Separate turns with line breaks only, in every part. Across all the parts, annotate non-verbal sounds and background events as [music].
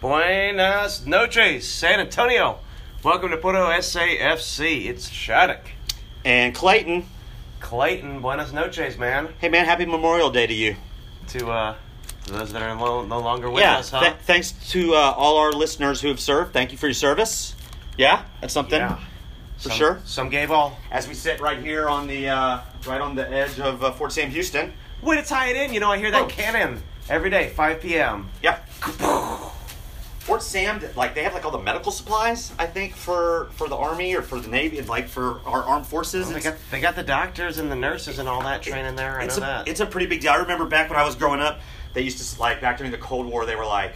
Buenas noches, San Antonio. Welcome to Puerto SAFC. It's Shattuck.
And Clayton,
Clayton, buenas noches, man.
hey man, happy Memorial Day to you.
To uh, to those that are no, no longer with
yeah,
us, huh?
th- thanks to uh, all our listeners who have served. Thank you for your service. Yeah, that's something
Yeah.
for
Some-
sure.
Some gay ball.
As we sit right here on the uh, right on the edge of uh, Fort Sam Houston.
Way to tie it in. You know, I hear that
Oh.
cannon every day, 5 p.m.
Yeah. Fort Sam, like they have like all the medical supplies, I think for for the army or for the navy, and like for our armed forces.
They
It's-
got, they got the doctors and the nurses and all that training there. I know
it's a,
that.
It's a pretty big deal. I remember back when I was growing up, they used to like back during the Cold War, they were like,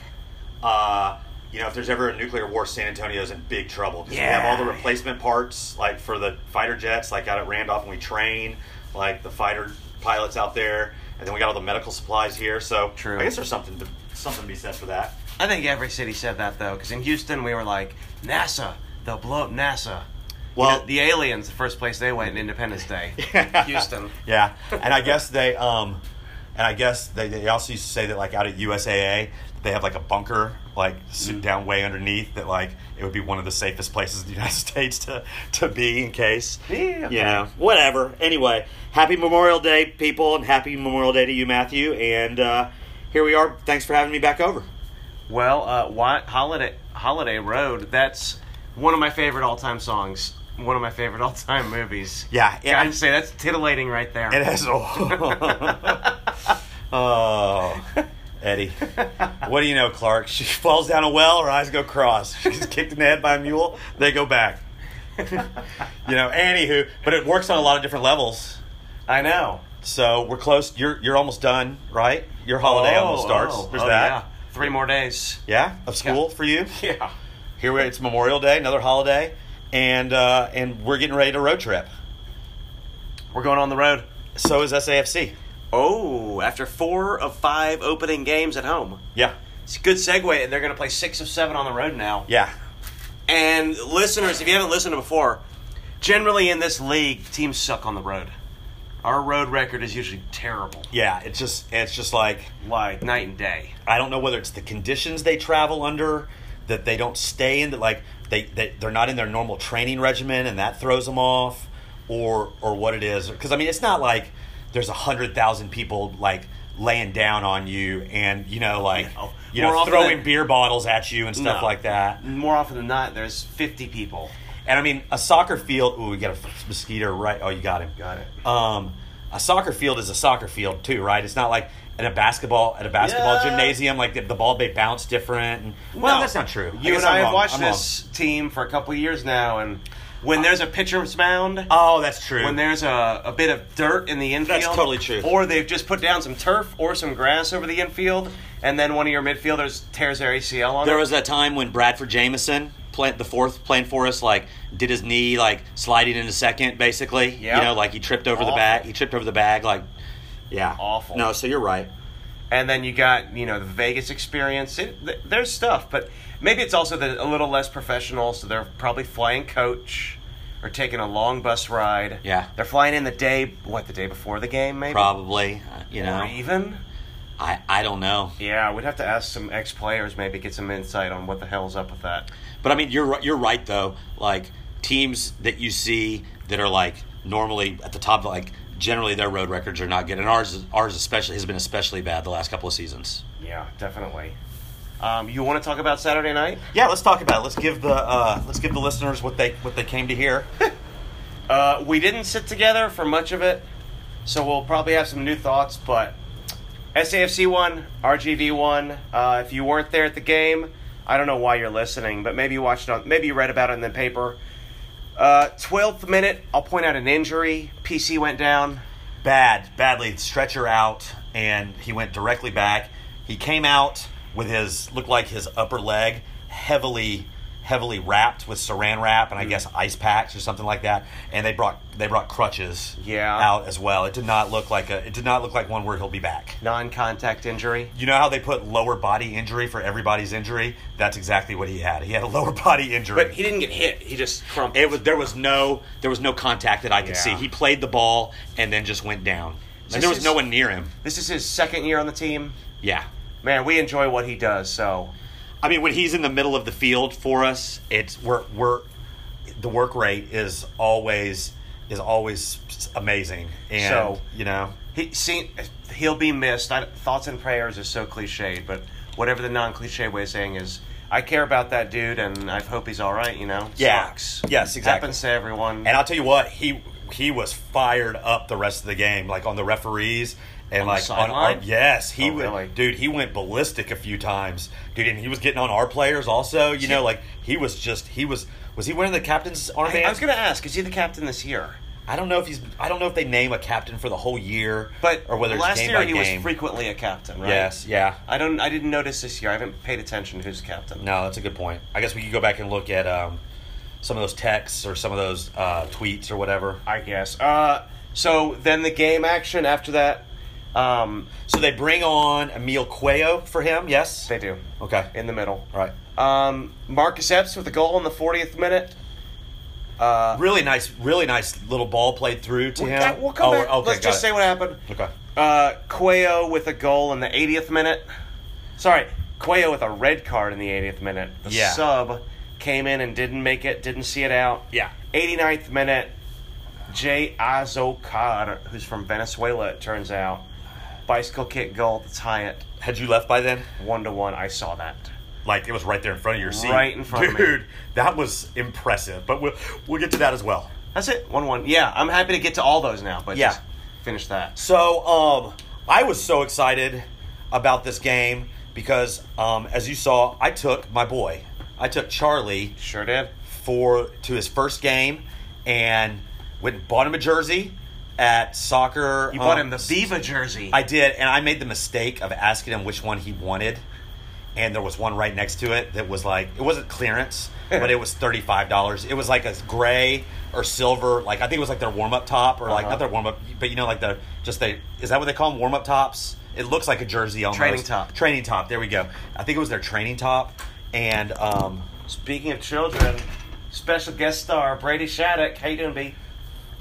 uh, you know, if there's ever a nuclear war, San Antonio's in big trouble because we have all the
Yeah.
replacement parts like for the fighter jets, like out at Randolph, and we train like the fighter pilots out there, and then we got all the medical supplies here. So
True.
I guess there's something to, something to be said for that.
I think every city said that though, because in Houston we were like NASA, they'll blow up NASA.
Well-
Well, the aliens, the first place they went, Independence
[laughs]
Day, Houston.
Yeah, and I guess they, um, and I guess they, they also used to say that like out at USAA they have like a bunker like sit down way underneath that like it would be one of the safest places in the [laughs] United States to to be in case.
Yeah, okay.
You know, whatever. Anyway, happy Memorial Day, people, and happy Memorial Day to you, Matthew. And uh, here we are. Thanks for having me back over.
Well, uh, why, holiday Holiday Road. That's one of my favorite all time songs. One of my favorite [laughs] all time movies.
Yeah, it-
gotta say that's titillating right there.
It has. Oh, [laughs] oh Eddie. What do you know, Clark? She [laughs] falls down a well, her eyes go cross. [laughs] She's kicked in the head by a mule, they go back. you know, anywho, but it works on a lot of different levels.
[laughs] I know.
So we're close. You're you're almost done, right? Your holiday
Oh,
almost starts.
oh,
There's
oh,
that.
yeah. Three more days.
Yeah. of school
[laughs]
for you.
Yeah.
Here we it's Memorial Day, another holiday, and uh, and we're getting ready to road trip.
We're going on the road.
So is SAFC.
Oh, after four of five opening games at home.
Yeah,
It's a good segue, and they're going to play six of seven on the road now.
yeah,
And listeners, if you haven't listened to before, generally in this league, teams suck on the road. Our road record is usually terrible,
yeah. It's just it's just like
like night and day.
I don't know whether it's the conditions they travel under that they don't stay in that like they, they they're not in their normal training regimen and that throws them off or or what it is because I mean it's not like there's a hundred thousand people like laying down on you and you know like
No.
you
More
know
often
throwing
than-
beer bottles at you and stuff
No.
like that
More often than not, there's 50 people.
and I mean a soccer field ooh we got a mosquito right oh you got him
Got it.
um, a soccer field is a soccer field too, right? It's not like at a basketball at a basketball
Yeah.
gymnasium like the, the ball may bounce different. And, well,
No.
that's not true.
You
guess
and I
I'm
have
wrong.
watched
I'm
this team for a couple of years now, and when there's a pitcher's mound,
wrong. Oh, that's true.
when there's a, a bit of dirt in the infield.
That's totally true.
Or they've just put down some turf or some grass over the infield, and then one of your midfielders tears their ACL on
there
it.
was that time when Bradford Jameson, play, the fourth playing for us, like did his knee like sliding into second, basically.
Yeah.
You know, like he tripped over the
Awful.
bag. He tripped over the bag, like yeah.
Awful.
No, so you're right.
and then you got you know the Vegas experience. It, th- there's stuff, but maybe it's also that a little less professional, so they're probably flying coach or taking a long bus ride.
Yeah.
they're flying in the day what the day before the game maybe
Probably, uh, you
or
know.
even.
I I don't know.
Yeah, we'd have to ask some ex players maybe get some insight on what the hell's up with that.
But I mean, you're ri- you're right though. Like teams that you see that are like normally at the top, like generally their road records are not good, and ours is- ours especially has been especially bad the last couple of seasons.
Yeah, definitely. Um, you want to talk about Saturday night?
Yeah, let's talk about it. Let's give the uh, let's give the listeners what they what they came to hear. [laughs]
Uh, we didn't sit together for much of it, so we'll probably have some new thoughts. But SAFC won, RGV won. Uh, if you weren't there at the game, I don't know why you're listening, but maybe you watched it on, maybe you read about it in the paper. Uh, Twelfth minute, I'll point out an injury. PC went down.
Bad, badly stretcher out, and he went directly back. He came out with his looked like his upper leg heavily heavily wrapped with saran wrap and I guess ice packs or something like that. And they brought they brought crutches
Yeah.
out as well. It did not look like a it did not look like one where he'll be back.
Non-contact injury.
You know how they put lower body injury for everybody's injury? That's exactly what he had. He had a lower [laughs] body injury.
But he didn't get hit. He just crumpled.
it was there was no there was no contact that I could
Yeah.
see. He played the ball and then just went down.
This
And there was
is-
no one near him.
this is his second year on the team.
Yeah.
Man, we enjoy what he does. So
I mean, when he's in the middle of the field for us, it's we're we're the work rate is always is always amazing, and
So-
you know,
He see, he'll be missed. I, thoughts and prayers is so cliched, but whatever the non-cliche way of saying is, I care about that dude, and I hope he's all right. You know,
Yeah.
Sucks.
Yes, exactly.
Happens to everyone.
and I'll tell you what, he he was fired up the rest of the game, like on the referees and
On the
like on,
sideline?
on- yes, he
Oh,
would,
really?
dude, he went ballistic a few times, dude, and he was getting on our players also. You know, like he was just he was was he wearing the captain's
I,
armband?
I was gonna ask, is he the captain this year?
I don't know if he's. I don't know if they name a captain for the whole year,
But
or whether it's
last
game
year
by
he
game.
was frequently a captain, right?
Yes, yeah.
I don't. I didn't notice this year. I haven't paid attention to who's captain.
No, that's a good point. I guess we could go back and look at um, some of those texts or some of those uh, tweets or whatever.
I guess. Uh, so then the game action after that, um,
So they bring on Emil Cuello for him. Yes.
they do
okay.
in the middle.
All right.
Um, Marcus Epps with a goal in the 40th minute. Uh,
Really nice. Really nice little ball played through to
we-
him.
that- we'll come
Oh,
back.
okay,
Let's
got
just
it.
say what happened.
Okay.
Uh, Cuello with a goal in the 80th minute. Sorry, Cuello with a red card in the 80th minute. The
Yeah.
sub came in and didn't make it, didn't see it out.
Yeah.
89th minute, Jay Azokar, who's from Venezuela, it turns out, bicycle kick goal to tie it
Had you left by then?
one to one. I saw that.
Like it was right there in front of your seat.
Right in front of
Dude,
me.
that was impressive. But we'll we'll get to that as well.
That's it, one one. Yeah, I'm happy to get to all those now, but
Yeah.
just finish that.
So, um, I was so excited about this game because, um, as you saw, I took my boy, I took Charlie
Sure did.
for to his first game, and went and bought him a jersey at soccer.
You
um,
bought him the Uh, Beaver jersey.
I did, and I made the mistake of asking him which one he wanted, and there was one right next to it that was like it wasn't
[laughs]
clearance, but it was thirty five dollars. It was like a gray or silver, like I think it was like their warm up top or like
Uh-huh.
not their warm up, but you know like the just they is that what they call them warm up tops? It looks like a jersey almost.
Training top.
Training top. There we go. I think it was their training top, and um,
Speaking of children, special guest star Brady Shattuck. How you doing, B?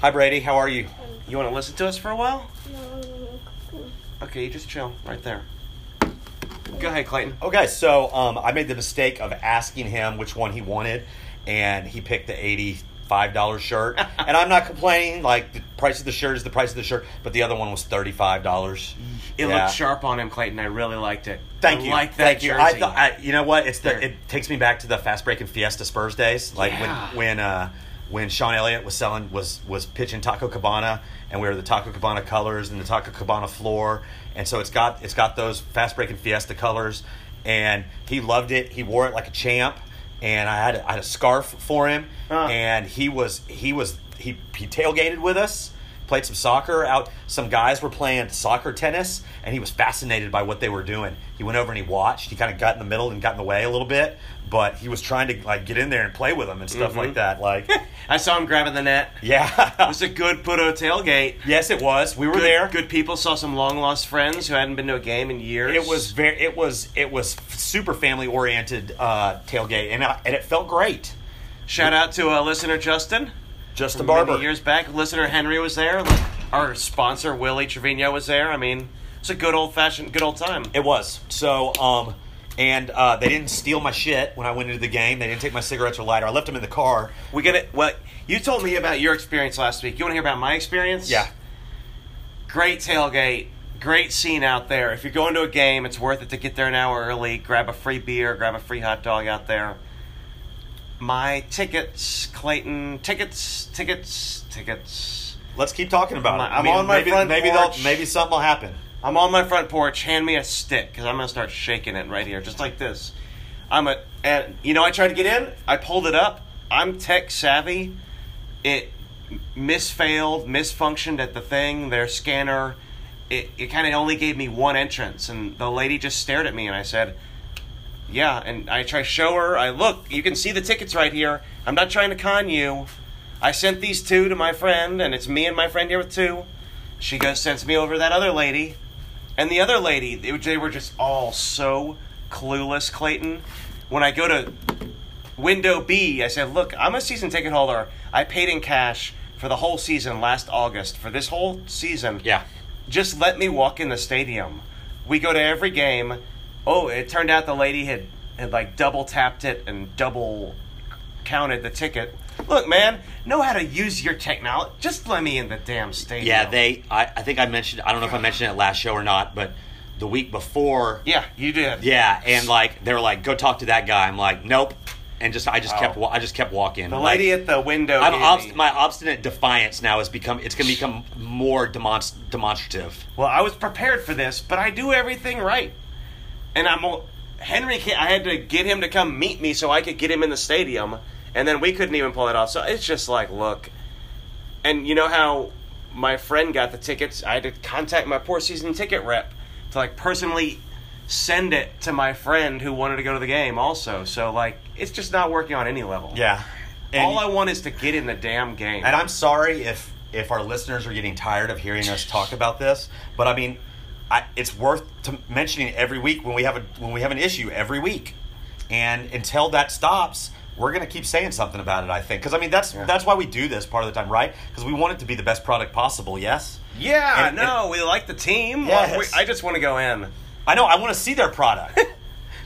hi Brady, how are you?
You want to listen to us for a while?
No,
Okay, you just chill right there. Go ahead, Clayton.
Okay, so um, I made the mistake of asking him which one he wanted, and he picked the eighty-five
[laughs]
dollar shirt. and I'm not complaining; like the price of the shirt is the price of the shirt, but the other one was thirty-five dollars.
It
Yeah.
looked sharp on him, Clayton. I really liked it.
Thank
I
you.
Like that
Thank
jersey.
you. I thought, I, you know what? It's
There.
the, it takes me back to the fast break and Fiesta Spurs days, like
Yeah.
when when uh, when Sean Elliott was selling was was pitching Taco Cabana, and we were the Taco Cabana colors and the Taco Cabana floor, and so it's got it's got those fast break and Fiesta colors, and he loved it. He wore it like a champ, and I had a, I had a scarf for him,
Huh.
and he was he was he he tailgated with us. Played some soccer out. Some guys were playing soccer tennis, and he was fascinated by what they were doing. He went over and he watched. He kind of got in the middle and got in the way a little bit, but he was trying to like get in there and play with them and stuff
Mm-hmm.
like
[laughs]
that. Like,
I saw him grabbing the net. It
yeah, [laughs]
was a good Puto tailgate.
yes, it was. We were
Good-
there.
Good people saw some long lost friends who hadn't been to a game in years.
It was very. It was. It was super family oriented uh, tailgate, and I, and it felt great.
Shout out to uh, listener Justin.
Just a
Many
barber.
years back, listener Henry was there. Our sponsor Willie Trevino was there. I mean, it's a good old fashioned, good old time.
It was. So, um, and uh, they didn't steal my shit when I went into the game. They didn't take my cigarettes or lighter. I left them in the car.
We get it. Well, you told me about your experience last week. You want to hear about my experience?
Yeah.
Great tailgate. Great scene out there. If you're going to a game, it's worth it to get there an hour early, grab a free beer, grab a free hot dog out there. My tickets, Clayton, tickets, tickets, tickets.
Let's keep talking about
My-
it.
I'm on my
maybe,
front
maybe
porch.
they'll- Maybe something will happen.
I'm on my front porch. Hand me a stick because I'm gonna start shaking it right here, just like this. I'm a and you know I tried to get in. I pulled it up. I'm tech savvy. It misfailed, misfunctioned at the thing. Their scanner. It it kind of only gave me one entrance, and the lady just stared at me, and I said, "Yeah." And I try to show her. I look. You can see the tickets right here. I'm not trying to con you. I sent these two to my friend, and it's me and my friend here with two. She goes sends me over to that other lady. And the other lady, they, they were just all so clueless, Clayton. When I go to window B, I said, Look, I'm a season ticket holder. I paid in cash for the whole season last August, for this whole season.
Yeah.
Just let me walk in the stadium. We go to every game. Oh, it turned out the lady had had like double tapped it and double counted the ticket. Look, man, know how to use your technology. Just let me in the damn stadium.
Yeah, they. I, I think I mentioned. I don't know if I mentioned it last show or not, but the week before.
Yeah, you did.
Yeah, and like they were like, "Go talk to that guy." I'm like, "Nope," and just I just
Wow.
kept wa- I just kept walking.
The
Like,
lady at the window.
I'm
gave
obst-
me-
my obstinate defiance now has become. It's going to become more demonst- demonstrative.
Well, I was prepared for this, but I do everything right. And I'm o- Henry. ca- I had to get him to come meet me so I could get him in the stadium, and then we couldn't even pull it off. So it's just like, look, and you know how my friend got the tickets. I had to contact my poor season ticket rep to like personally send it to my friend who wanted to go to the game also. So like, it's just not working on any level.
Yeah. And,
All I want is to get in the damn game.
and I'm sorry if if our listeners are getting tired of hearing us talk about this, but I mean, I, it's worth to mentioning every week when we have a when we have an issue every week, and until that stops. We're gonna keep saying something about it, I think, because I mean that's
Yeah.
that's why we do this part of the time, right? Because we want it to be the best product possible. Yes,
yeah,
and-
no, we like the team.
Yes.
We- I just want to go in.
I know. I want to see
[laughs]
their product.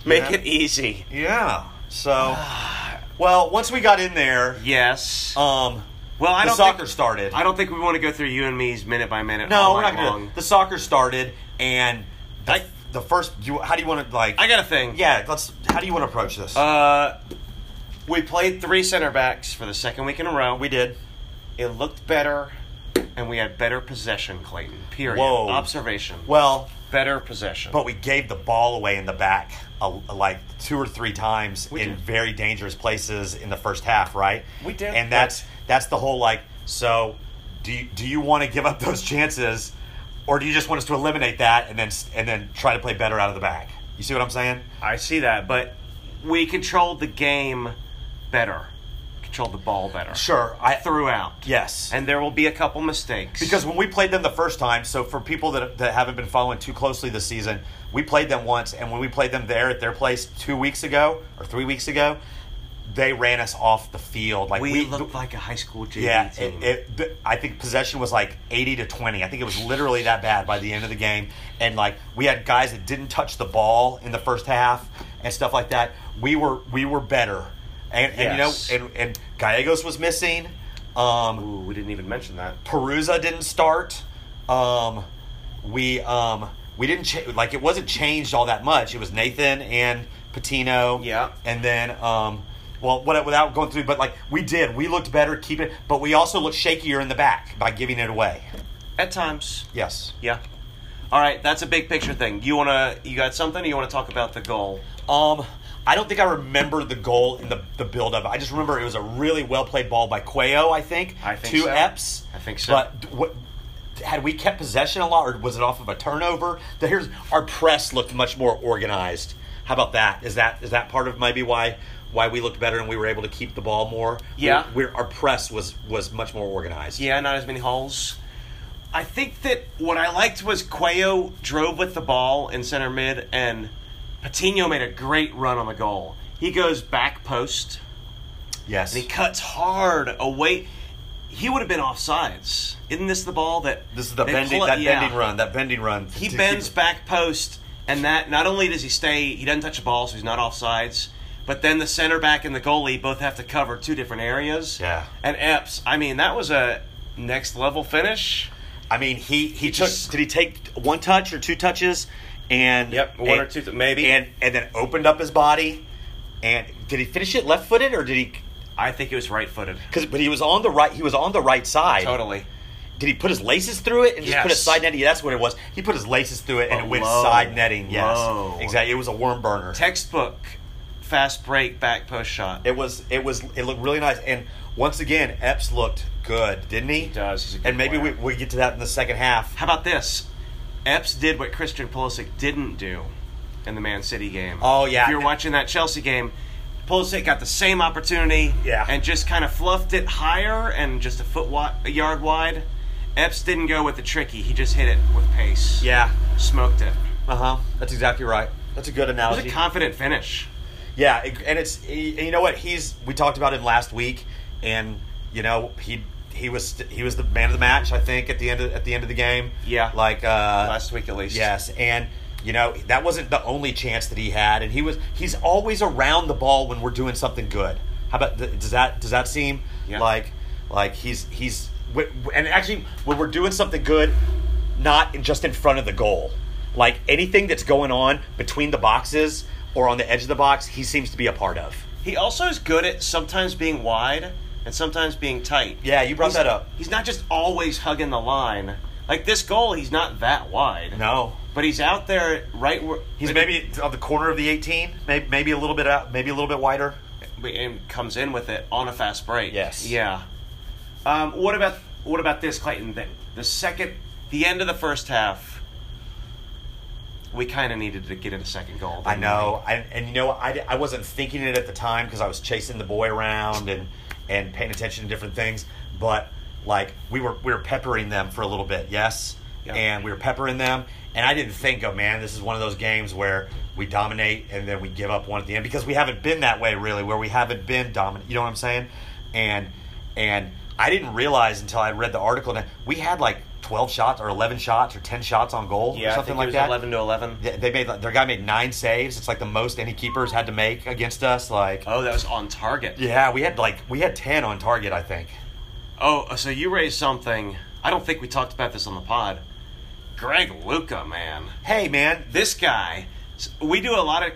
Make
Yeah.
it easy.
yeah. So, well, once we got in there,
Yes.
um,
well, I
the
don't
soccer
think,
started.
I don't think we want to go through you and me's minute by minute.
no,
all
we're
night
not gonna.
long.
The soccer started, and the,
I-
the first. You, how do you want to like?
I got a thing.
Yeah, let's. How do you want to approach this?
Uh, we played three center backs for the second week in a row.
we did.
it looked better, and we had better possession. Clayton. Period.
Whoa.
Observation.
Well,
better possession.
but we gave the ball away in the back, a, like two or three times
We
in
did.
very dangerous places in the first half, right?
We did,
and
but-
that's that's the whole like. So, do you, do you want to give up [laughs] those chances, or do you just want us to eliminate that and then s- and then try to play better out of the back? You see what I'm saying?
I see that, but we controlled the game better. Controlled the ball better.
Sure. I
Throughout.
yes.
And there will be a couple mistakes.
Because when we played them the first time, so for people that, that haven't been following too closely this season, we played them once, and when we played them there at their place two weeks ago or three weeks ago, they ran us off the field. Like
we,
we,
looked like a high school JV
yeah,
team.
it, it, th- I think possession was like eighty to twenty. I think it was literally that bad by the end of the game, and like we had guys that didn't touch the ball in the first half and stuff like that. We were we were better, and,
Yes.
and you know, and, and Gallegos was missing. Um,
Ooh, we didn't even mention that.
Perusa didn't start. Um, we um, we didn't cha- like it wasn't changed all that much. It was Nathan and Patino.
Yeah.
and then um, well, what, without going through, but like we did, we looked better, keep it, but we also looked shakier in the back by giving it away.
At times.
Yes.
Yeah. All right, that's a big picture thing. You wanna, you got something? Or you wanna talk about the goal?
Um, I don't think I remember the goal in the the build up. I just remember it was a really well played ball by Cuello. I think.
I think
two
so.
Eps.
I think so.
But d- what, had we kept possession a lot, or was it off of a turnover? The, here's our press looked much more organized. How about that? Is that is that part of maybe why why we looked better and we were able to keep the ball more?
Yeah.
we we're, our press was was much more organized.
Yeah, not as many holes. I think that what I liked was Cuello drove with the ball in center mid, and Patino made a great run on the goal. He goes back post.
Yes.
And he cuts hard away. He would have been offsides. Isn't this the ball that
this is the
they
bending
pull it-
that
yeah.
bending run that bending run.
He
to keep
bends
it-
back post, and that not only does he stay, he doesn't touch the ball, so he's not offsides. But then the center back and the goalie both have to cover two different areas.
Yeah.
And Epps, I mean, that was a next level finish.
I mean, he he took.
just-
did he take one touch or two touches? And
Yep, one
and-
or two th- maybe.
And and then opened up his body. And did he finish it left footed or did he?
I think it was right footed.
Because but he was on the right. He was on the right side.
Totally.
Did he put his laces through it and just put a
Yes.
side netting? Yeah, that's what it was. He put his laces through it and
But
it went
low,
side netting. Yes,
low.
exactly. It was a worm burner.
Textbook fast break back post shot.
It was it was it looked really nice. And once again, Epps looked good, didn't he? He
does. He's a good
and maybe we,
player.
we get to that in the second half.
How about this? Epps did what Christian Pulisic didn't do in the Man City game.
Oh, yeah.
If you're watching that Chelsea game, Pulisic got the same opportunity.
Yeah.
And just kind of fluffed it higher and just a foot wi- a yard wide. Epps didn't go with the tricky. He just hit it with pace.
Yeah.
Smoked it.
Uh huh. That's exactly right. That's a good
It
analogy.
was a confident finish.
Yeah, it- and it's he- and you know what he's we talked about him last week, and you know he he was he was the man of the match I think at the end of, at the end of the game.
Yeah.
like uh,
Last week at least.
Yes, and You know, that wasn't the only chance that he had, and he was he's always around the ball when we're doing something good. How about does that does that seem
Yeah.
like like he's he's w- w- and actually when we're doing something good, not in, just in front of the goal, like anything that's going on between the boxes or on the edge of the box, he seems to be a part of.
He also is good at sometimes being wide and sometimes being tight.
Yeah, you brought
He's-
that up.
He's not just always hugging the line. Like this goal, he's not that wide.
No,
But he's out there right where
He's maybe on the corner of the 18, maybe, maybe a little bit out, maybe a little bit wider.
and comes in with it on a fast break.
Yes.
Yeah. Um, what about what about this Clayton thing? The second, the end of the first half, we kind of needed to get in a second goal.
I know, I, and you know, I, I wasn't thinking it at the time because I was chasing the boy around and and paying attention to different things. But like we were we were peppering them for a little bit, yes,
Yeah.
and we were peppering them, and I didn't think, oh man, this is one of those games where we dominate and then we give up one at the end because we haven't been that way really, where we haven't been dominant. You know what I'm saying? And and I didn't realize until I read the article that we had like 12 shots or 11 shots or 10 shots on goal
Yeah,
or
I think
something
it
like
was
that
Eleven to eleven.
they they made their guy made nine saves. It's like the most any keepers had to make against us. Like,
Oh, that was on target.
yeah, we had like we had ten on target. I think.
Oh, so you raised something. I don't think we talked about this on the pod. Greg Luca, man.
Hey, man,
This guy. s- We do a lot of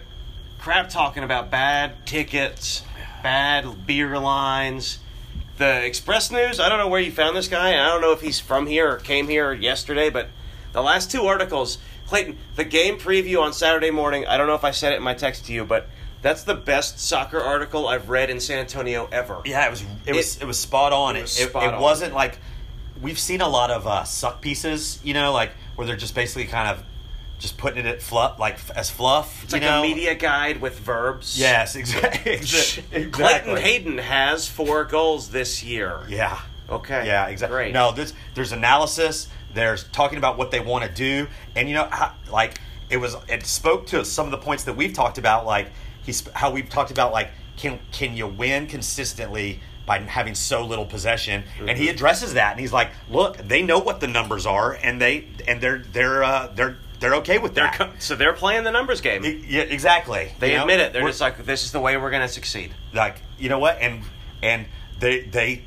crap talking about bad tickets, bad beer lines. The Express News, I don't know where you found this guy. and I don't know if he's from here or came here yesterday, but the last two articles, Clayton, the game preview on Saturday morning, I don't know if I said it in my text to you, but that's the best soccer article I've read in San Antonio ever.
yeah, it was it was it,
It-
was spot on. It,
was
it-
spot
it
on.
wasn't like we've seen a lot of uh, suck pieces, you know, like where they're just basically kind of just putting it at fluff, like f- as fluff.
It's
you
like
know?
a media guide with verbs.
Yes, [laughs] exactly. [laughs] exactly.
Clayton Hayden has four goals this year.
Yeah.
Okay.
Yeah, exactly.
Great.
No, this, there's analysis. There's talking about what they want to do, and you know, how, like it was, it spoke to some of the points that we've talked about, like he's how we've talked about, like can can you win consistently by having so little possession? And
Mm-hmm.
he addresses that, and he's like, look, they know what the numbers are, and they and they're they're uh, they're they're okay with
They're
that.
co- so they're playing the numbers game.
E- yeah, exactly.
they
you know?
admit it. They're
We're-
just like, this is the way we're going to succeed.
like you know what and and they, they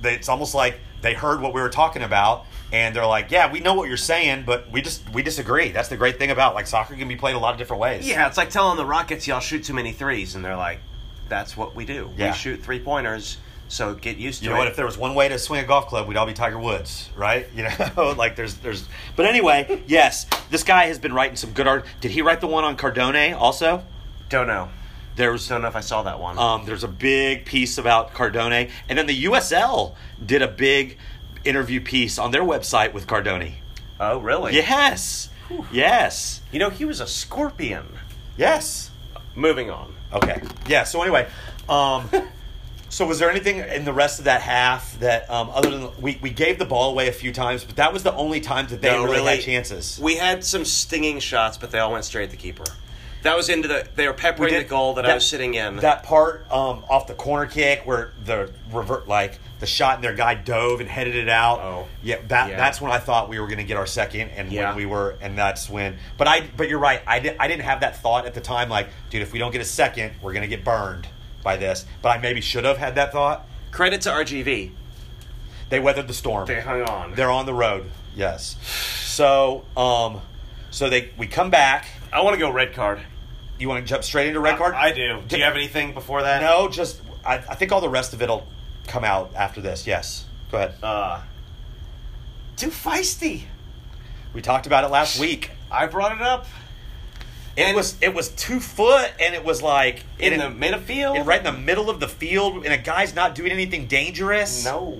they it's almost like they heard what we were talking about and they're like yeah we know what you're saying but we just we disagree that's the great thing about like soccer can be played a lot of different ways
Yeah, it's like telling the Rockets, y'all shoot too many threes, and they're like, that's what we do.
Yeah.
We shoot three pointers, so get used to
you
it.
know what if there was one way to swing a golf club we'd all be tiger woods right you know [laughs] like there's there's but anyway yes this guy has been writing some good art did he write the one on cardone also
don't know.
there was
Don't know if I saw that one.
Um, there's a big piece about Cardone, and then the USL did a big interview piece on their website with Cardone.
oh, really?
Yes, yes,
You know, he was a scorpion.
yes.
Moving on.
Okay. Yeah. So anyway, [laughs] um, so was there anything in the rest of that half that, um, other than we, we gave the ball away a few times, but that was the only time that they
No,
really, had chances.
We had some stinging shots, but they all went straight at the keeper. That was into the. They were peppering
We
the
did-
goal that, I was sitting in.
That part um, off the corner kick where the revert, like the shot, and their guy dove and headed it out.
Oh.
yeah, that
Yeah.
that's when I thought we were going to get our second, and
Yeah.
when we were, and that's when. But I, but you're right. I did, I didn't have that thought at the time. Like, dude, if we don't get a second, we're going to get burned by this. But I maybe should have had that thought.
Credit to RGV.
They weathered the storm.
They hung on.
They're on the road. Yes. So, um, so they we come back.
I want to go red card.
You want to jump straight into red card?
I do. Do you have anything before that?
No, just I, I think all the rest of it'll come out after this. Yes, go ahead.
Uh, too feisty.
We talked about it last week.
I brought it up
It
And-
was it was two foot, and it was like
in,
it-
the midfield.
it- right in the middle of the field, and a guy's not doing anything dangerous.
No.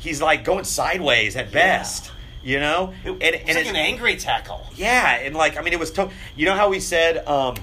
he's like going sideways at best. You know,
It,
and,
it's like
it-
an angry tackle.
Yeah, and like I mean, it was tough. You know how we said um,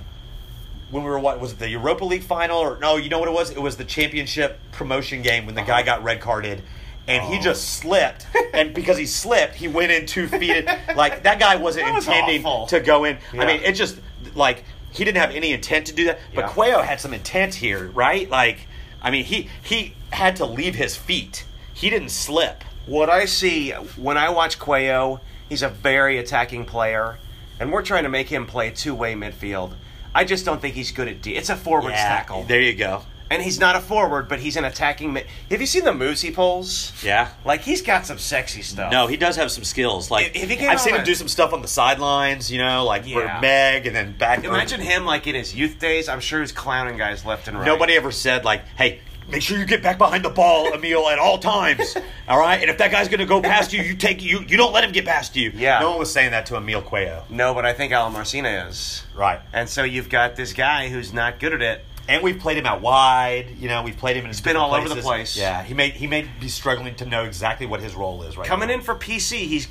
when we were what was it the Europa League final or no? You know what it was? It was the championship promotion game when the guy got red carded, and he
Uh-huh. Oh.
just slipped, and because he slipped, he went in two feet. like that guy wasn't
[laughs] That was
intending
awful.
to go in. I
Yeah.
mean, it just like he didn't have any intent to do that. But
Yeah.
Cuello had some intent here, right? Like I mean, he he had to leave his feet. He didn't slip.
What I see when I watch Cuello, he's a very attacking player. and we're trying to make him play two-way midfield. I just don't think he's good at D. It's a forwards tackle,
There you go.
and he's not a forward, but he's an attacking. Mid- Have you seen the moves he pulls?
Yeah.
Like he's got some sexy stuff.
No, he does have some skills. Like
If- if he came
I've seen
on-
him do some stuff on the sidelines, you know, like for
Yeah.
Meg and then back.
Imagine him like in his youth days. I'm sure he's clowning guys left and right.
Nobody ever said like, "Hey, make sure you get back behind the ball, Emil, at all
[laughs]
times." all right, and if that guy's gonna go past you, you take you. You don't let him get past you.
Yeah.
No one was saying that to Emil Cuello.
No, but I think Alan Marcina is.
Right.
And so you've got this guy who's not good at it.
And we've played him out wide. You know, we've played him in. He's
been all over the place.
Yeah. He may he may be struggling to know exactly what his role is right.
Coming
now.
in for PC, he's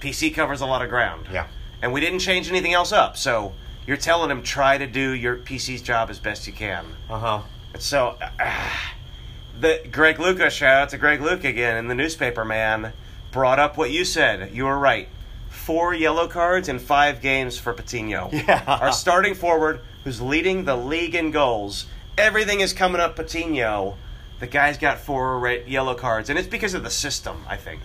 PC covers a lot of ground.
Yeah.
And we didn't change anything else up. So you're telling him try to do your PC's job as best you can.
Uh huh.
And so ah, the Greg Luca shout out to Greg Luca again in the newspaper man brought up what you said. You were right. Four yellow cards in five games for Patino.
[laughs] Yeah.
Our starting forward, who's leading the league in goals, everything is coming up Patino. The guy's got four red, yellow cards, and it's because of the system, I think.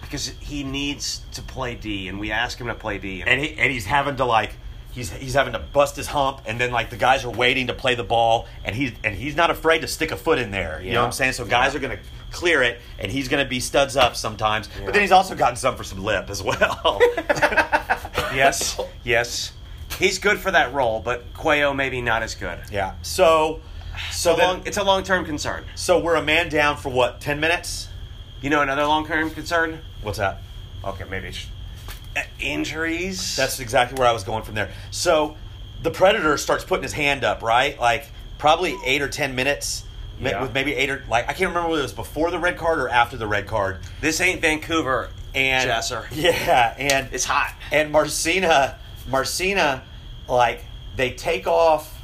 Because he needs to play D, and we ask him to play D.
and he, and he's having to like he's he's having to bust his hump and then like the guys are waiting to play the ball and he's and he's not afraid to stick a foot in there you know what i'm saying so guys are going to clear it and he's going to be studs up sometimes but then he's also gotten some for some lip as well
[laughs] yes, yes. He's good for that role, but Cuello maybe not as good.
yeah so so
a
then-
long, it's a long term concern.
so we're a man down for what 10 minutes
You know, another long term concern.
what's that
Okay, maybe it's uh, injuries.
That's exactly where I was going from there. So the predator starts putting his hand up, right? Like probably eight or ten minutes ma-
Yeah.
with maybe eight or like I can't remember whether it was before the red card or after the red card.
this ain't Vancouver
And
Jesser.
[laughs] yeah, and
It's hot.
and Marcina, Marcina, like they take off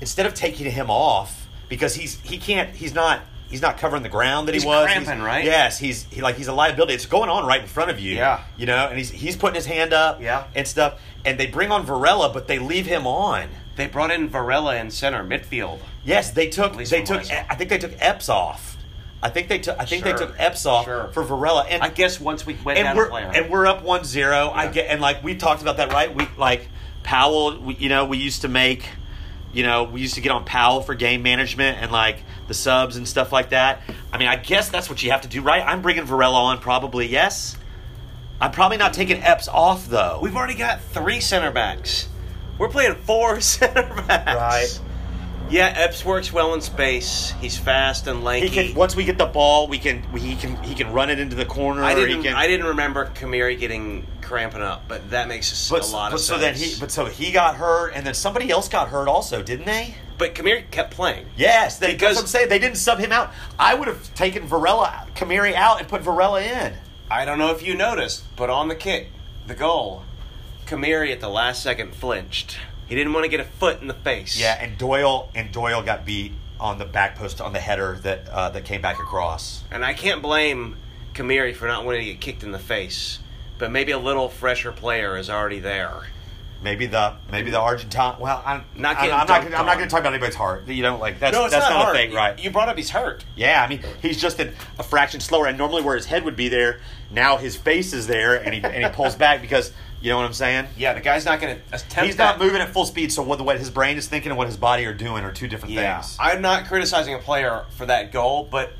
instead of taking him off because he's he can't he's not he's not covering the ground that
He's
he was.
cramping, right?
Yes, he's he, like he's a liability. It's going on right in front of you.
Yeah.
you know, and he's he's putting his hand up.
Yeah.
and stuff. And they bring on Varela, but they leave him on.
They brought in Varela in center midfield.
Yes, they took
least
they
from
took
what I saw.
I think they took Epps off. I think they took I think
Sure.
they took Epps off
Sure.
for Varela. And
I guess once we went down a
and we're
player,
and we're up 1-0 i
Yeah.
get and like we talked about that right we like powell we, you know we used to make you know we used to get on powell for game management and like the subs and stuff like that i mean i guess that's what you have to do right i'm bringing varela on probably yes i'm probably not taking epps off though
we've already got three center backs. We're playing four [laughs] center backs.
Right.
Yeah, Epps works well in space. He's fast and lanky.
he can once we get the ball we can we, he can he can run it into the corner
I
or
didn't.
he can
I didn't remember Kamiri getting cramping up, but that makes a
but,
lot
but
of
so
sense.
then he but so he got hurt and then somebody else got hurt also didn't they
but Kamiri kept playing.
Yes, they,
Because-
that's what I'm saying. They didn't sub him out. I would have taken Varela, Kamiri out and put Varela in.
I don't know if you noticed, but on the kick, the goal, Kamiri at the last second flinched. He didn't want to get a foot in the face.
Yeah, and Doyle and Doyle got beat on the back post on the header that uh, that came back across.
And I can't blame Kamiri for not wanting to get kicked in the face, but maybe a little fresher player is already there.
Maybe the maybe the Argentine. Well, I'm
Not
not.
getting
I'm, I'm not.
dunked
gonna- I'm not
on.
going to talk about anybody's heart. You know, like that's that's not, a thing, right?
You brought up he's hurt.
yeah, I mean, he's just a, a fraction slower, and normally where his head would be there, now his face is there, and he and he pulls [laughs] back because you know what I'm saying.
Yeah, the guy's not going to attempt
He's not
that.
moving at full speed, so what, the- what his brain is thinking and what his body are doing are two different
Yeah.
things.
I'm not criticizing a player for that goal, but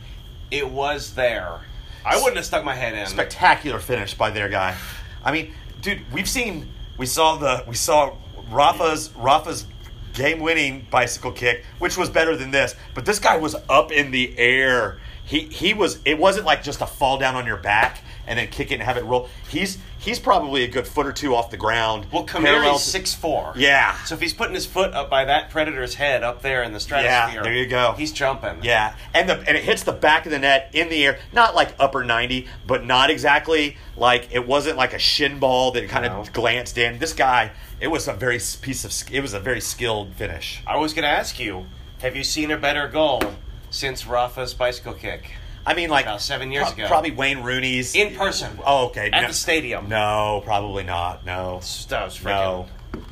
it was there. I wouldn't have stuck my head in.
spectacular finish by their guy. I mean, dude, we've seen we saw the we saw Rafa's Rafa's game winning bicycle kick, which was better than this, but this guy was up in the air. He he was it wasn't like just a fall down on your back and then kick it and have it roll. He's he's probably a good foot or two off the ground.
Well,
parallel
Kamiri's
to-
six four.
Yeah.
So if he's putting his foot up by that predator's head up there in the stratosphere,
there you go.
He's jumping.
Yeah, and the and it hits the back of the net in the air, not like upper ninety, but not exactly like it wasn't like a shin ball that kind
No.
of glanced in. This guy, it was a very s- piece of sk- it was a very skilled finish.
I was gonna ask you, have you seen a better goal since Rafa's bicycle kick
I mean, like
About seven years ago.
probably Wayne Rooney's
in person?
Oh, okay,
at
no,
the stadium.
No, probably not. No,
That was freaking.
no,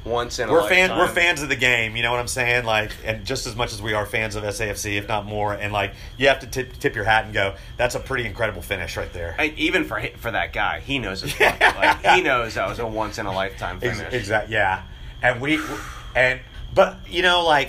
once in a
We're fan,
lifetime.
we're fans of the game. You know what I'm saying? Like, and just as much as we are fans of SAFC, if not more. And like, you have to tip, tip your hat and go. That's a pretty incredible finish right there.
And even for hi- for that guy, he knows his luck. like he knows that was a once in a lifetime finish.
Exactly. Yeah, and we, and but you know, like,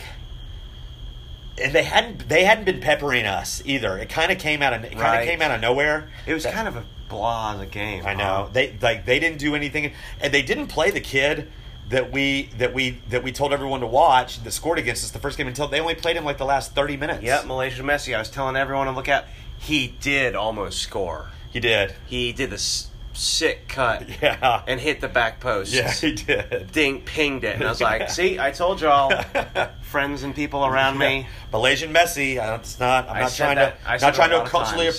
and they hadn't they hadn't been peppering us either. It kind of came out of it kind of
Right.
came out of nowhere.
It was kind of a blah of a game.
I know
huh?
they like they didn't do anything, and they didn't play the kid that we that we that we told everyone to watch that scored against us the first game until they only played him like the last thirty minutes.
Yep, Malaysia Messi. I was telling everyone to look out. He did almost score.
he did. [laughs]
He did this sick cut
Yeah,
and hit the back post. [laughs]
[laughs] yeah, he did.
Ding, pinged it, and I was like, "See, I told y'all."
[laughs]
Friends and people around me.
Yeah. Malaysian Messi. I- It's not. I'm
I
not
said
trying
that-
to.
I
I'm
said
not
it
trying
a lot
to
of
culturally
times.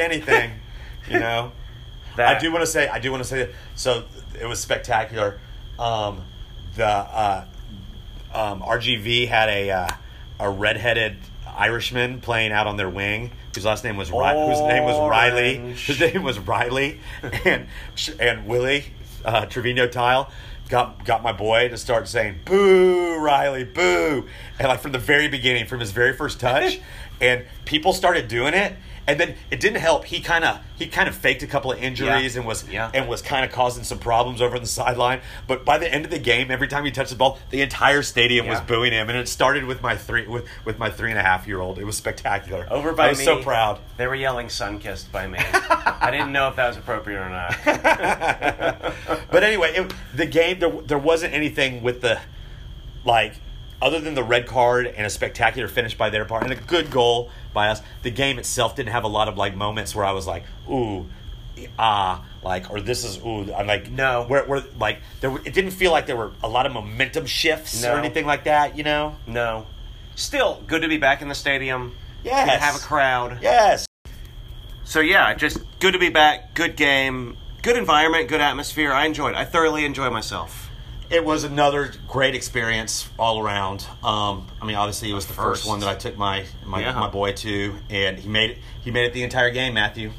[laughs]
anything. you know.
That
I do want to say. I do want to say that. So it was spectacular. Um, the uh, um, RGV had a uh, a redheaded Irishman playing out on their wing. Whose last name was Ri- whose name was Riley.
Orange.
Whose name was Riley, and and Willie uh, Trevino Tile got got my boy to start saying "Boo, Riley, boo!" and like from the very beginning, from his very
[laughs]
first touch, and people started doing it. And then it didn't help. He kind of he kind of faked a couple of injuries
Yeah.
and was
Yeah.
and was kind of causing some problems over on the sideline. But by the end of the game, every time he touched the ball, the entire stadium was
Yeah.
booing him. And it started with my three with, with my three and a half year old. It was spectacular.
over by
I was
me.
so proud.
They were yelling "Sunkissed" by
[laughs]
me. I didn't know if that was appropriate or not.
But anyway, it, the game there there wasn't anything with the like other than the red card and a spectacular finish by their part and a good goal by us. The game itself didn't have a lot of like moments where I was like, ooh, ah, like or this is ooh. I'm like
No.
where where like there were- it didn't feel like there were a lot of momentum shifts or
No.
anything like that. You know?
No. Still, good to be back in the stadium.
Yes.
Good to have a crowd.
Yes.
So yeah, just good to be back. Good game. Good environment. Good atmosphere. I enjoyed. I thoroughly enjoyed myself.
It was another great experience all around. Um, I mean, obviously, it was the first,
First.
one that I took my my,
Yeah.
my boy to, and he made it. He made it the entire game, Matthew,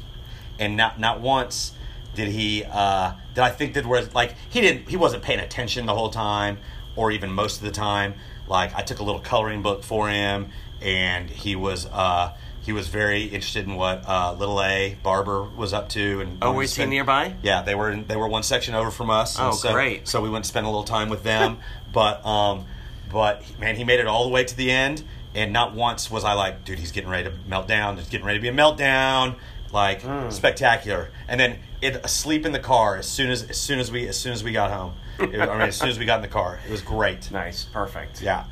and not not once did he uh, did I think that was like he didn't he wasn't paying attention the whole time, or even most of the time. Like I took a little coloring book for him, and he was. Uh, he was very interested in what uh, Little A Barber was up to, and
Oh, was he nearby?
yeah, they were in, they were one section over from us. and
Oh,
so,
great.
So we went and spent a little time with them, [laughs] but um, but man, he made it all the way to the end, and not once was I like, dude, he's getting ready to melt down. It's getting ready to be a meltdown. Like
Hmm.
spectacular, and then it, asleep in the car as soon as as soon as we as soon as we got home. It- I mean, as soon as we got in the car, it was
[laughs]
great.
Nice. Perfect.
Yeah.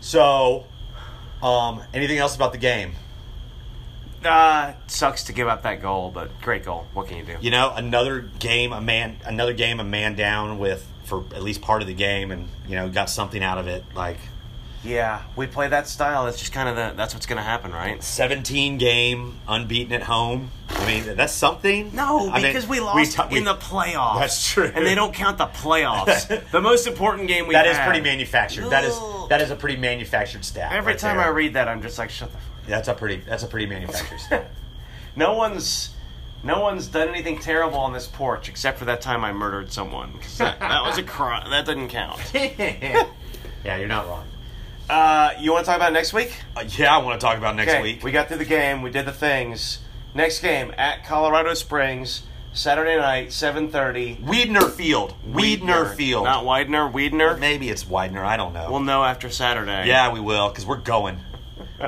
So, um, anything else about the game?
Uh, sucks to give up that goal, but great goal. What can you do?
you know another game a man another game a man down with for at least part of the game and you know got something out of it like
Yeah, we play that style. That's just kind of the. That's what's gonna happen, right?
17 game unbeaten at home i mean that's something
No,
I mean,
because we lost
t- we-
in the playoffs.
That's true.
And they don't count the
[laughs]
playoffs. the most important game we
that is
had.
pretty manufactured that is
Ugh.
that is a pretty manufactured stat
Every
right
time
there.
I read that, I'm just like, shut the. Fuck. up.
that's a pretty that's a pretty
[laughs]
manufactured stat [laughs]
No one's, no one's done anything terrible on this porch except for that time I murdered someone. 'Cause That, that was a crime. That didn't
[laughs]
count.
yeah you're not wrong
Uh, you want to talk about next week?
uh, yeah i want to talk about next
Okay,
week
we got through the game. We did the things. Next game at Colorado Springs, Saturday night, seven thirty.
Wiedner Field. Wiedner Field.
not Widener. Wiedner.
Maybe it's Widener. I don't know.
We'll know after Saturday.
Yeah, we will, because we're going.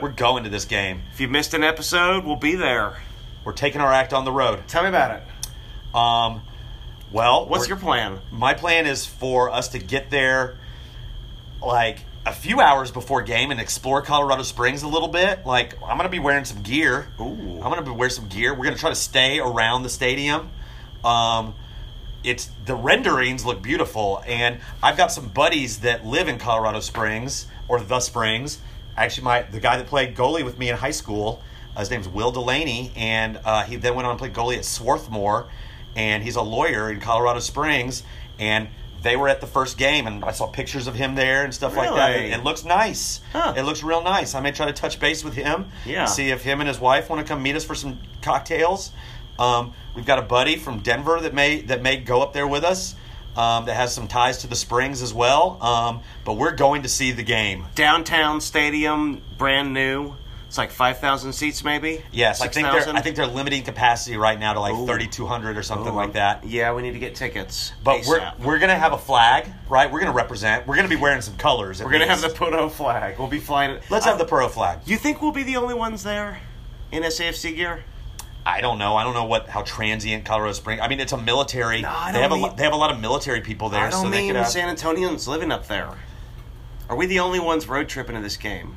We're going to this game.
If you missed an episode, we'll be there.
We're taking our act on the road.
Tell me about it.
Um, well,
What's
we're-
your plan?
My plan is for us to get there like a few hours before game and explore Colorado Springs a little bit. Like I'm gonna be wearing some gear.
Ooh.
I'm gonna be wear some gear. We're gonna try to stay around the stadium. Um, it's the renderings look beautiful, and I've got some buddies that live in Colorado Springs or the Springs. Actually, my the guy that played goalie with me in high school, uh, his name's Will Delaney, and uh, he then went on to play goalie at Swarthmore, and he's a lawyer in Colorado Springs, and. They were at the first game, and I saw pictures of him there and stuff like that.
Really?
It, it looks nice.
Huh.
It looks real nice. I may try to touch base with him.
Yeah.
See if him and his wife want to come meet us for some cocktails. Um, we've got a buddy from Denver that may that may go up there with us. um, that has some ties to the Springs as well. Um, but we're going to see the game.
Downtown stadium, brand new. It's like five thousand seats, maybe.
Yes, I think they're
6,000?
I think they're limiting capacity right now to like
Ooh.
3,200 or
Ooh,
something like that.
Yeah, we need to get tickets.
But we're
ASAP.
we're gonna have a flag, right? We're gonna represent. We're gonna be wearing some colors.
We're gonna have the Puno flag. We'll be flying it. Uh,
Let's have the pro flag.
You think we'll be the only ones there in SAFC gear?
I don't know. I don't know what how transient Colorado Springs. I mean, it's a military.
No, I
they have
don't
a lo-
mean-
they have a lot of military people there,
I don't
so they
mean
could have.
San Antonians living up there. Are we the only ones road tripping to this game?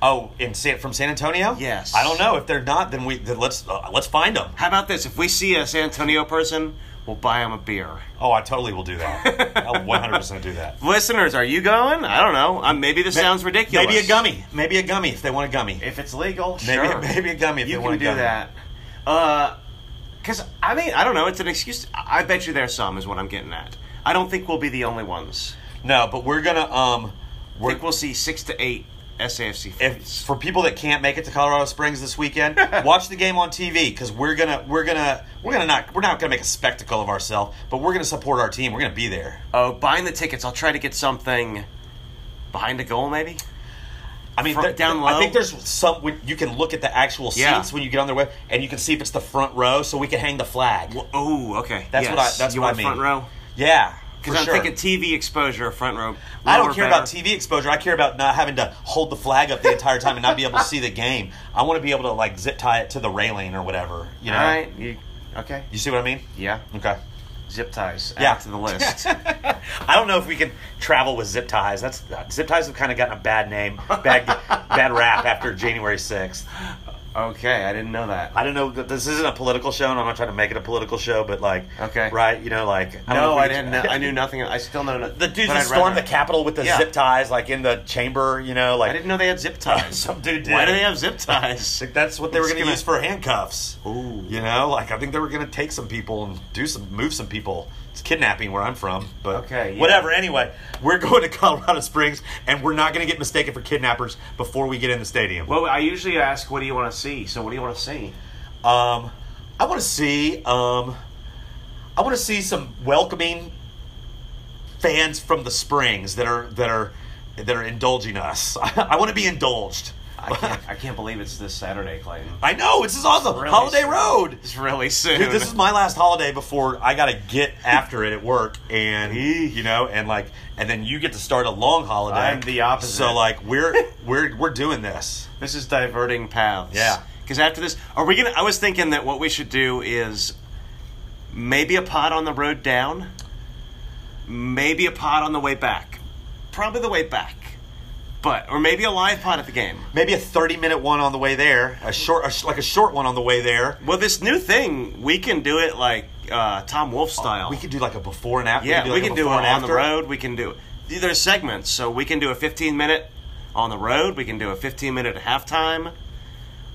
oh, in San, from San Antonio?
Yes.
I don't know if they're not. Then we then let's uh, let's find them.
How about this? If we see a San Antonio person, we'll buy them a beer.
Oh, I totally will do
[laughs]
that. I'll one hundred percent do that.
Listeners, are you going? I don't know. Um, maybe this sounds ridiculous.
Maybe a gummy. Maybe a gummy if they want a gummy.
If it's legal,
Maybe
sure.
[laughs] maybe a gummy if
you
they
can
want
do
a gummy.
that. Because, I mean, I don't know. It's an excuse. I I bet you there's some, is what I'm getting at. I don't think we'll be the only ones.
No, but we're gonna um,
I
we're
think we'll see six to eight SAFC
if
fans.
for people that can't make it to Colorado Springs this
[laughs]
weekend, watch the game on TV because we're gonna we're gonna we're gonna not we're not gonna make a spectacle of ourselves, but we're gonna support our team. We're gonna be there.
oh, buying the tickets. I'll try to get something behind a goal, maybe.
I mean,
Front-
there-
down
I
low?
think there's some when you can look at the actual seats
Yeah.
when you get on their way, and you can see if it's the front row, so we can hang the flag.
Oh, okay.
That's what
Yes.
I- that's
you
what I
want
mean.
front row.
yeah, for
Because I'm
sure.
thinking TV exposure, front row.
I don't
lower
care
better.
about TV exposure. I care about not having to hold the flag up the entire time and not be able to see the game. I want to be able to like zip tie it to the railing or whatever. You know,
All right. You, okay.
you see what I mean?
Yeah.
Okay.
Zip ties.
Yeah.
Add to the [laughs] list.
[laughs] I don't know if we can travel with zip ties. That's uh, zip ties have kind of gotten a bad name, bad bad rap after January 6th.
okay. I didn't know that.
I don't know. that This isn't a political show, and I'm not trying to make it a political show, but like,
Okay.
right? You know, like, I don't know
no,
if we
I
can-
didn't. Know, I knew nothing. I still know. no-
The dudes
but
that
I'd
stormed
rather-
the Capitol with the
Yeah.
zip ties, like in the chamber. You know, like
I didn't know they had zip [laughs] ties.
Some dude did.
Why do they have zip [laughs] ties?
Like, that's what they were
Just
going to
gonna-
use for handcuffs.
Ooh.
You know, like I think they were going to take some people and do some move some people. It's kidnapping where I'm from, but
Okay, yeah.
whatever. Anyway, we're going to [laughs] Colorado Springs, and we're not going to get mistaken for kidnappers before we get in the stadium.
Well, I usually ask, "What do you want to see?" So, what do you want to see?
Um, I want to see. Um, I want to see some welcoming fans from the Springs that are that are that are indulging us. [laughs] I want to be indulged.
I can't, I can't believe it's this Saturday, Clayton.
I know this is awesome.
[laughs] Really
Holiday
soon.
Road.
It's really soon.
Dude, this is my last holiday before I gotta get after it at work, and you know, and like, and then you get to start a long holiday.
I'm the opposite.
So like, we're we're we're doing this.
This is diverting paths.
Yeah.
Because after this, are we gonna? I was thinking that what we should do is maybe a pod on the road down, maybe a pod on the way back, probably the way back, but or maybe a live pod at the game.
Maybe a thirty-minute one on the way there, a short, a sh- like a short one on the way there.
Well, this new thing we can do it like uh, Tom Wolf style.
We could do like a before and after.
yeah, we
like,
can
a
do it
before
on
and
the
after.
road. We can do it. There's segments, so we can do a 15 minute on the road. We can do a 15 minute at halftime.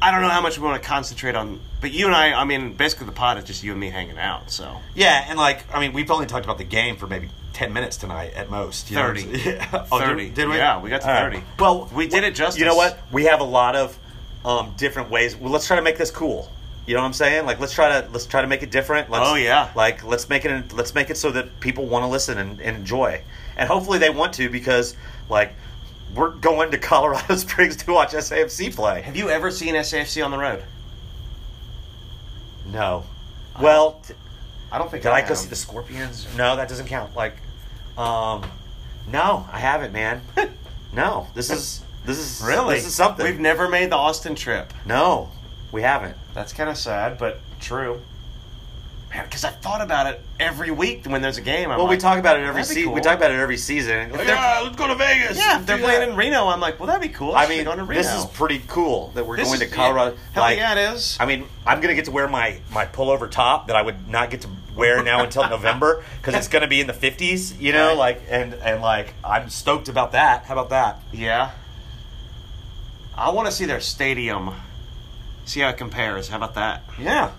I don't know how much we want to concentrate on, but you and I, I mean, basically the pod is just you and me hanging out. So
Yeah, and like, I mean, we've only talked about the game for maybe ten minutes tonight at most. You know what I'm
30.
saying? [laughs] Yeah. Oh, did-
30.
Did we?
Yeah, we got to
All
30.
Well,
We did
wh-
it justice.
You know what? We have a lot of um, different ways. Well, let's try to make this cool. You know what I'm saying? Like, let's try to let's try to make it different. Let's,
Oh, yeah.
Like, let's make it let's make it so that people want to listen and, and enjoy, and hopefully they want to because like we're going to [laughs] Colorado Springs to watch SAFC play.
have you ever seen SAFC on the road?
No. Well, t-
I don't think
Did
I
I
have.
go see the Scorpions? No, that doesn't count. Like, um, no, I haven't, man. no, this is this
[laughs]
is
Really?
this is something.
We've never made the Austin trip.
no, we haven't.
That's kind of sad, but true. Man, because I thought about it every week when there's a game. I'm
Well, we
like,
talk about it every
that'd
season.
be
We
cool.
talk about it every season. Like,
Yeah,
uh, let's go to Vegas.
Yeah, if they're playing in Reno, I'm like, well, that'd be cool.
I
should
mean,
go to Reno.
this is pretty cool that we're
This
going
is-
to Colorado.
Hell
like,
yeah, it is.
I mean, I'm gonna get to wear my my pullover top that I would not get to wear
[laughs]
now until November because it's gonna be in the 50s. You know,
Right.
like and and like I'm stoked about that. How about that?
yeah. I want to see their stadium. See how it compares. How about that?
Yeah.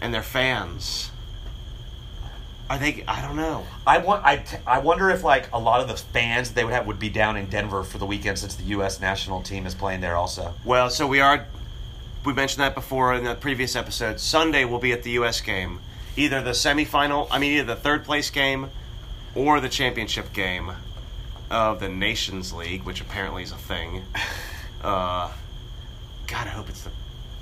And their fans. Are they? I don't know.
I want. I, t- I wonder if like a lot of the fans they would have would be down in Denver for the weekend since the U.S. national team is playing there also.
Well, so we are. We mentioned that before in the previous episode. Sunday we'll be at the U.S. game, either the semifinal, I mean, either the third place game or the championship game of the Nations League, which apparently is a thing. Uh, God, I hope it's the.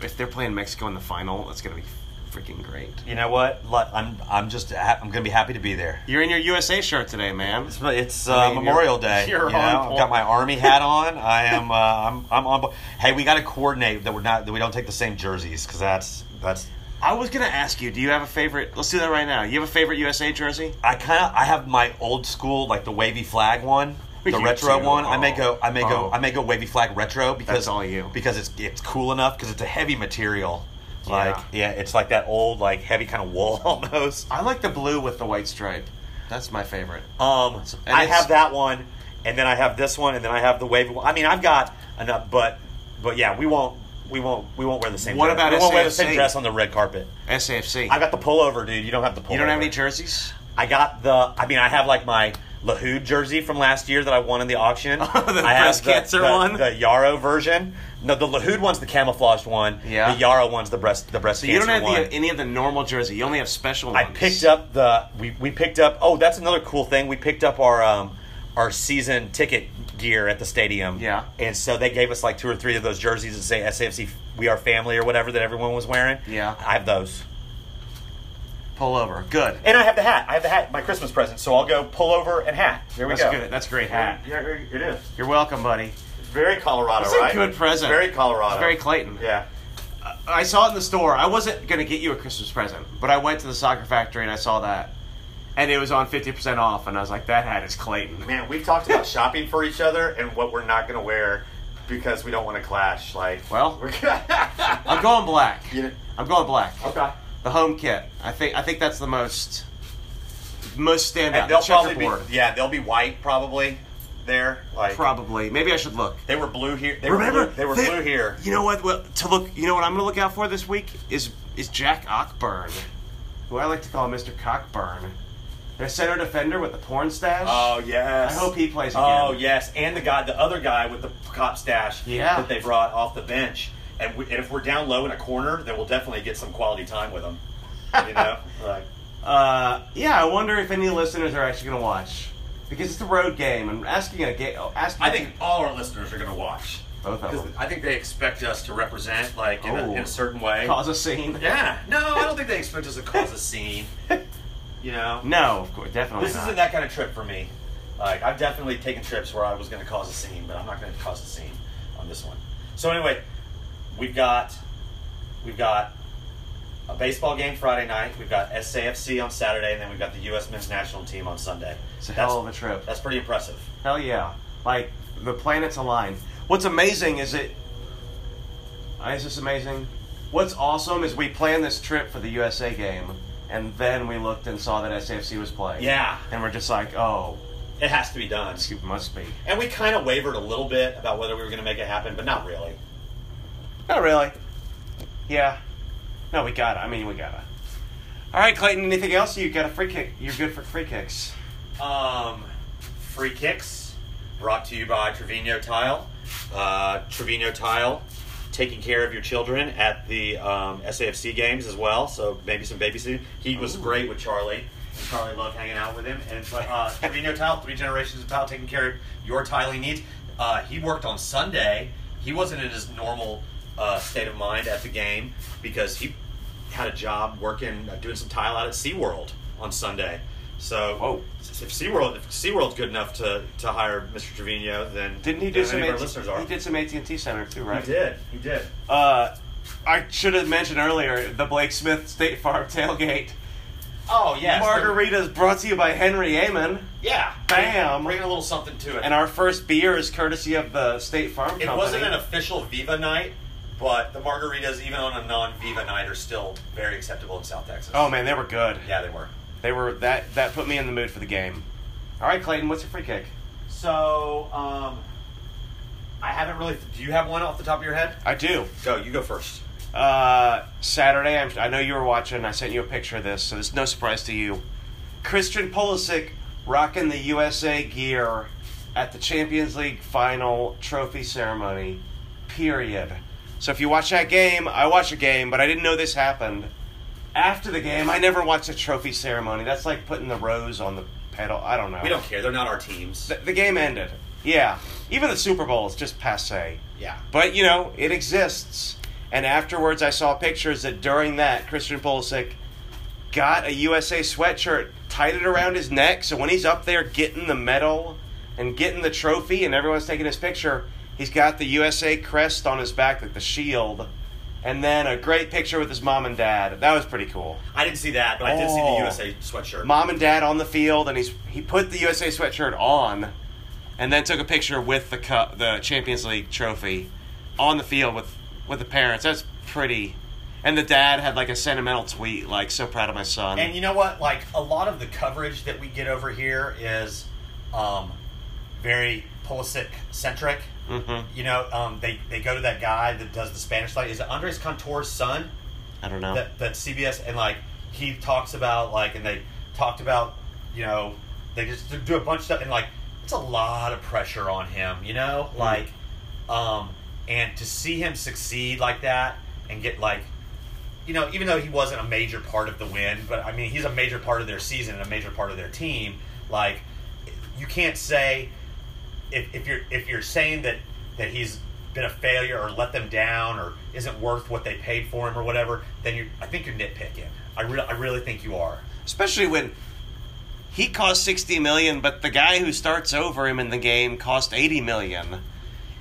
If they're playing Mexico in the final, that's going to be freaking great.
You know what? Lu- I'm I'm just ha- I'm gonna be happy to be there.
You're in your USA shirt today, man.
It's, it's uh,
I mean, you're-
Memorial [laughs] Day.
you're
you know?
on
I've got
point.
my army [laughs] hat on. I am uh, I'm I'm on. bo- Hey, we got to coordinate that we're not that we don't take the same jerseys because that's that's
I was going to ask you, do you have a favorite? Let's do that right now. You have a favorite USA jersey?
I kind of I have my old school like the wavy flag one, the
You
retro
too.
one. I may
Oh.
go I may go
Oh.
I may go wavy flag retro because
all you.
because it's it's cool enough because it's a heavy material.
Yeah.
Like yeah, it's like that old like heavy kind of wool [laughs] almost.
I like the blue with the white stripe. That's my favorite.
Um,
And
I
it's-
have that one, and then I have this one, and then I have the wavy one. I mean, I've got enough, but but yeah, we won't we won't we won't wear the same.
What
dress.
about
we won't wear the
SAFC?
same dress on the red carpet?
SAFC.
I got the pullover, dude. You don't have the pullover.
you don't have any jerseys?
I got the. I mean, I have like my Lahoud jersey from last year that I won in the
[laughs]
auction.
The
I have
breast cancer
the,
one?
the Yarrow version. No, the Lahoud one's the camouflaged one.
Yeah.
the Yarrow one's the breast the breast
So you
cancer
don't have
one.
the, any of the normal jersey. You only have special
I
ones.
picked up the we, we picked up oh that's another cool thing we picked up our um our season ticket gear at the stadium
Yeah.
and so they gave us like two or three of those jerseys that say SAFC we are family or whatever that everyone was wearing
Yeah.
I have those
Pull over. Good.
and I have the hat I have the hat my Christmas present so I'll go pull over and hat there we
That's
go
good. That's a great hat.
yeah it is
You're welcome, buddy.
it's very Colorado
That's a
right
good present.
It's very Colorado
It's very Clayton.
Uh, yeah
I saw it in the store. I wasn't gonna get you a Christmas present, but I went to the soccer factory and I saw that, and it was on fifty percent off, and I was like, that hat is Clayton.
man we've talked about shopping for each other and what we're not gonna wear because we don't want to clash like
Well.
[laughs] we're
I'm going black.
You know-
I'm going black.
okay.
The home kit. I think. I think that's the most most standout.
And they'll
The
probably be,
checkerboard.
yeah, they'll be white probably there. Like
Probably. Maybe I should look.
they were blue here. They were
Remember,
blue, they were
they-
blue here.
You know what? Well, to look. You know what I'm gonna look out for this week is is Jack Ockburn, who I like to call Mr. Cockburn. Their center defender with the porn stash.
Oh yes.
I hope he plays again.
Oh yes, and the guy, the other guy with the cop stash
Yeah.
that they brought off the bench. And, we, and if we're down low in a corner, then we'll definitely get some quality time with him.
[laughs]
You know, like
Uh, yeah, I wonder if any listeners are actually going to watch because it's a road game and asking a game. Asking
I think all our listeners are going to watch.
Both of
'Cause
them.
I think they expect us to represent like in, a,
Oh.
in a certain way.
cause a scene.
Yeah. No, I don't think they expect us to cause
[laughs]
a scene. You know.
No, of course, definitely
This
not.
isn't that kind of trip for me. Like I've definitely taken trips where I was going to cause a scene, but I'm not going to cause a scene on this one. So anyway, we've got we've got a baseball game Friday night. We've got SAFC on Saturday, and then we've got the U.S. Men's National Team on Sunday.
it's a
that's,
hell of a trip.
that's pretty impressive.
Hell yeah! Like the planets align. What's amazing is it. uh, Is this amazing? What's awesome is we planned this trip for the USA game, and then we looked and saw that SAFC was playing.
Yeah,
And we're just like, oh,
it has to be done.
it must be.
And we kind of wavered a little bit about whether we were going to make it happen, but not really.
Not really. Yeah. No, we gotta. I mean, we gotta. All right, Clayton. Anything else? You got a free kick. You're good for free kicks.
Um, free kicks brought to you by Trevino Tile. Uh, Trevino Tile taking care of your children at the um, SAFC games as well. So maybe some babysitting. He was
Ooh.
great with Charlie. And Charlie loved hanging out with him. And but, uh, Trevino Tile, three generations of tile taking care of your tiling needs. Uh, he worked on Sunday. He wasn't in his normal uh, state of mind at the game because he had a job working, uh, doing some tile out at SeaWorld on Sunday. So
Whoa.
if SeaWorld if SeaWorld's good enough to, to hire Mr. Trevino, then
Didn't he
then
do some?
any of
AT
our listeners are.
He did some AT and T Center too, right?
He did. He did.
Uh, I should have mentioned earlier the Blake Smith State Farm tailgate.
Oh yeah.
Margaritas brought to you by Henry Amon,
yeah.
Bam.
Bringing a little something to it.
and our first beer is courtesy of the State Farm
it
Company.
wasn't an official Viva night, but the margaritas, even on a non-Viva night, are still very acceptable in South Texas.
Oh man, they were good.
Yeah, they were.
They were that that put me in the mood for the game. All right, Clayton. What's your free kick?
So um, I haven't really. Do you have one off the top of your head?
I do.
Go. You go first.
Uh, Saturday, I'm, I know you were watching. I sent you a picture of this, so it's no surprise to you. Christian Pulisic rocking the USA gear at the Champions League final trophy ceremony. Period. So if you watch that game, I watched a game, but I didn't know this happened. after the game, I never watched a trophy ceremony. That's like putting the rose on the pedal. I don't know.
We don't care. They're not our teams.
The, the game ended. Yeah. Even the Super Bowl is just passe.
yeah.
But you know, it exists. And afterwards, I saw pictures that during that Christian Pulisic got a USA sweatshirt, tied it around his neck, so when he's up there getting the medal and getting the trophy, and everyone's taking his picture, he's got the USA crest on his back, like the shield, and then a great picture with his mom and dad. That was pretty cool.
I didn't see that, but I did
Oh.
see the USA sweatshirt.
Mom and dad on the field, and he's he put the USA sweatshirt on, and then took a picture with the cup, the Champions League trophy, on the field with with the parents. That's pretty. And the dad had like a sentimental tweet, like "so proud of my son."
And you know what? Like a lot of the coverage that we get over here is um, very Pulisic centric.
Mhm.
You know, um, they they go to that guy that does the Spanish light. Is it Andres Contor's son?
I don't know.
That that CBS and like he talks about like and they talked about you know they just do a bunch of stuff and like it's a lot of pressure on him. You know, like um, and to see him succeed like that and get like you know, even though he wasn't a major part of the win, but I mean, he's a major part of their season and a major part of their team. Like, you can't say if, if you're if you're saying that that he's been a failure or let them down or isn't worth what they paid for him or whatever, then you I think you're nitpicking. I re- I really think you are.
Especially when he cost sixty million, but the guy who starts over him in the game cost eighty million.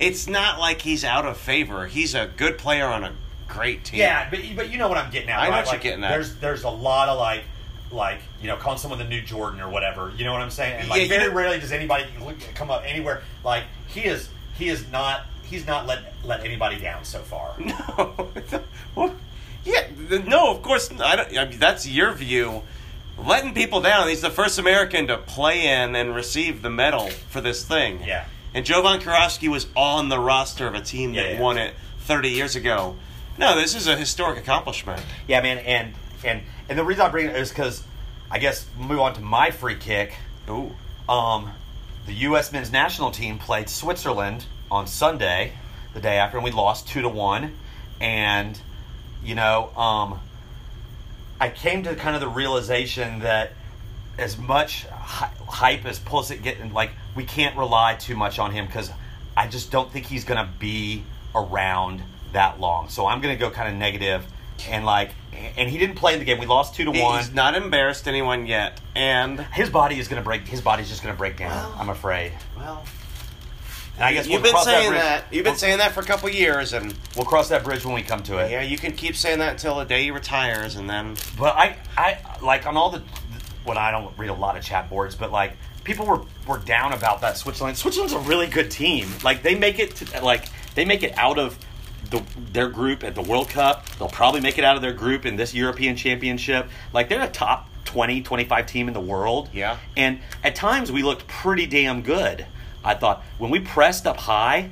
It's not like he's out of favor. He's a good player on a great team.
Yeah, but but you know what I'm getting at.
I know
right?
what you're
Like,
getting at.
There's there's a lot of like like you know calling someone the new Jordan or whatever. You know what I'm saying? And like
Yeah, you
very
know-
rarely does anybody look, come up anywhere. Like he is he is not he's not let let anybody down so far.
No. [laughs] Well, yeah. th- No, of course. n- I don't. I mean, that's your view. Letting people down. He's the first American to play in and receive the medal for this thing.
Yeah.
And Jovan Karofsky was on the roster of a team
Yeah,
that
yeah.
won it 30 years ago. No, this is a historic accomplishment.
[laughs] Yeah, man, and and and the reason I bring it is because I guess move on to my free kick.
Ooh.
Um, the U.S. men's national team played Switzerland on Sunday, the day after, and we lost two to one. And you know, um, I came to kind of the realization that as much hy- hype as Pulisic getting, like we can't rely too much on him because I just don't think he's gonna be around that long. So I'm gonna go kind of negative, and like, and he didn't play in the game. We lost two to
He-
one.
He's not embarrassed anyone yet. And.
His body is gonna break. His body's just gonna break down.
Well-
I'm afraid.
Well.
And I guess
You've
we'll
been
cross
saying
bridge-
that. You've been
we'll,
saying that for a couple years, and
We'll cross that bridge when we come to it.
yeah, you can keep saying that until the day he retires, and then
But I, I like on all the when I don't read a lot of chat boards, but like people were were down about that Switzerland. Switzerland's a really good team. Like they make it to, like they make it out of the, their group at the World Cup. They'll probably make it out of their group in this European Championship. Like they're a top 20, 25 team in the world.
Yeah.
And at times we looked pretty damn good. I thought when we pressed up high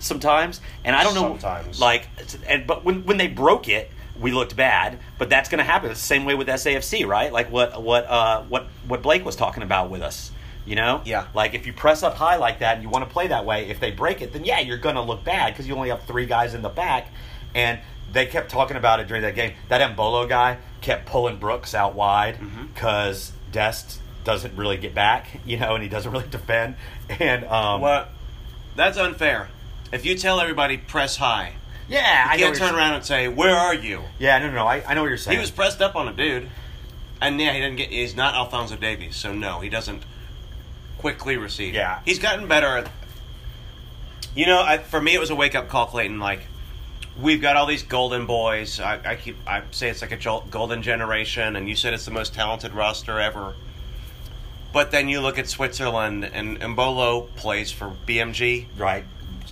sometimes, and I don't know
Sometimes.
like like and but when when they broke it we looked bad but that's going to happen it's the same way with SAFC right like what what uh what what Blake was talking about with us you know
Yeah.
like if you press up high like that and you want to play that way if they break it then yeah you're going to look bad cuz you only have three guys in the back and they kept talking about it during that game that Embolo guy kept pulling Brooks out wide
Mm-hmm.
cuz Dest doesn't really get back you know and he doesn't really [laughs] defend and um
Well, that's unfair. If you tell everybody press high,
yeah
I
I know
can't
what
turn
you're-
around and say where are you.
yeah no no no I, I know what you're saying
He was pressed up on a dude, and yeah, he didn't get. He's not Alfonso Davies, so no, he doesn't quickly receive.
Yeah.
he's gotten better. At, you know, I, for me, it was a wake up call, Clayton. Like we've got all these golden boys. I, I keep I say it's like a jol- golden generation, and you said it's the most talented roster ever. But then you look at Switzerland, and Mbolo plays for BMG.
Right.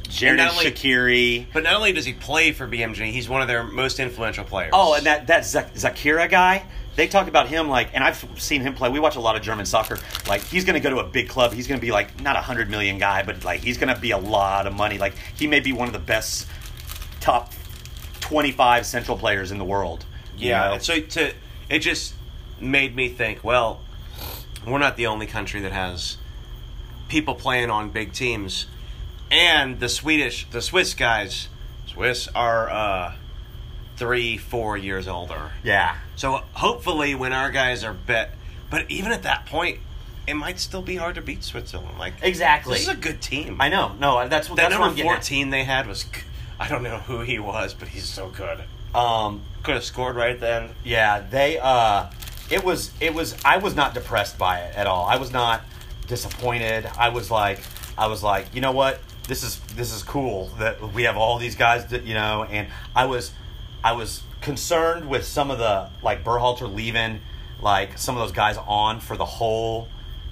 Jared
not only-
Shakiri.
But not only does he play for BMG, he's one of their most influential players.
Oh, and that that Zak- Zakira guy. They talk about him like, and I've seen him play. We watch a lot of German soccer. Like, he's going to go to a big club. He's going to be like not a hundred million guy, but like he's going to be a lot of money. Like, he may be one of the best top twenty-five central players in the world. you
Yeah.
know?
So to it just made me think. Well, we're not the only country that has people playing on big teams, and the Swedish, the Swiss guys, Swiss are uh, three, four years older.
Yeah.
So hopefully, when our guys are bet, but even at that point, it might still be hard to beat Switzerland. Like
Exactly.
this is a good team.
I know. No, that's what
That
that's what I'm
number
getting at.
fourteen they had was, I don't know who he was, but he's so good.
Um,
Could have scored right then.
yeah, they. Uh, it was. It was. I was not depressed by it at all. I was not disappointed. I was like. I was like, you know what? This is this is cool that we have all these guys. That, you know, and I was, I was concerned with some of the like Burhalter leaving, like some of those guys on for the whole,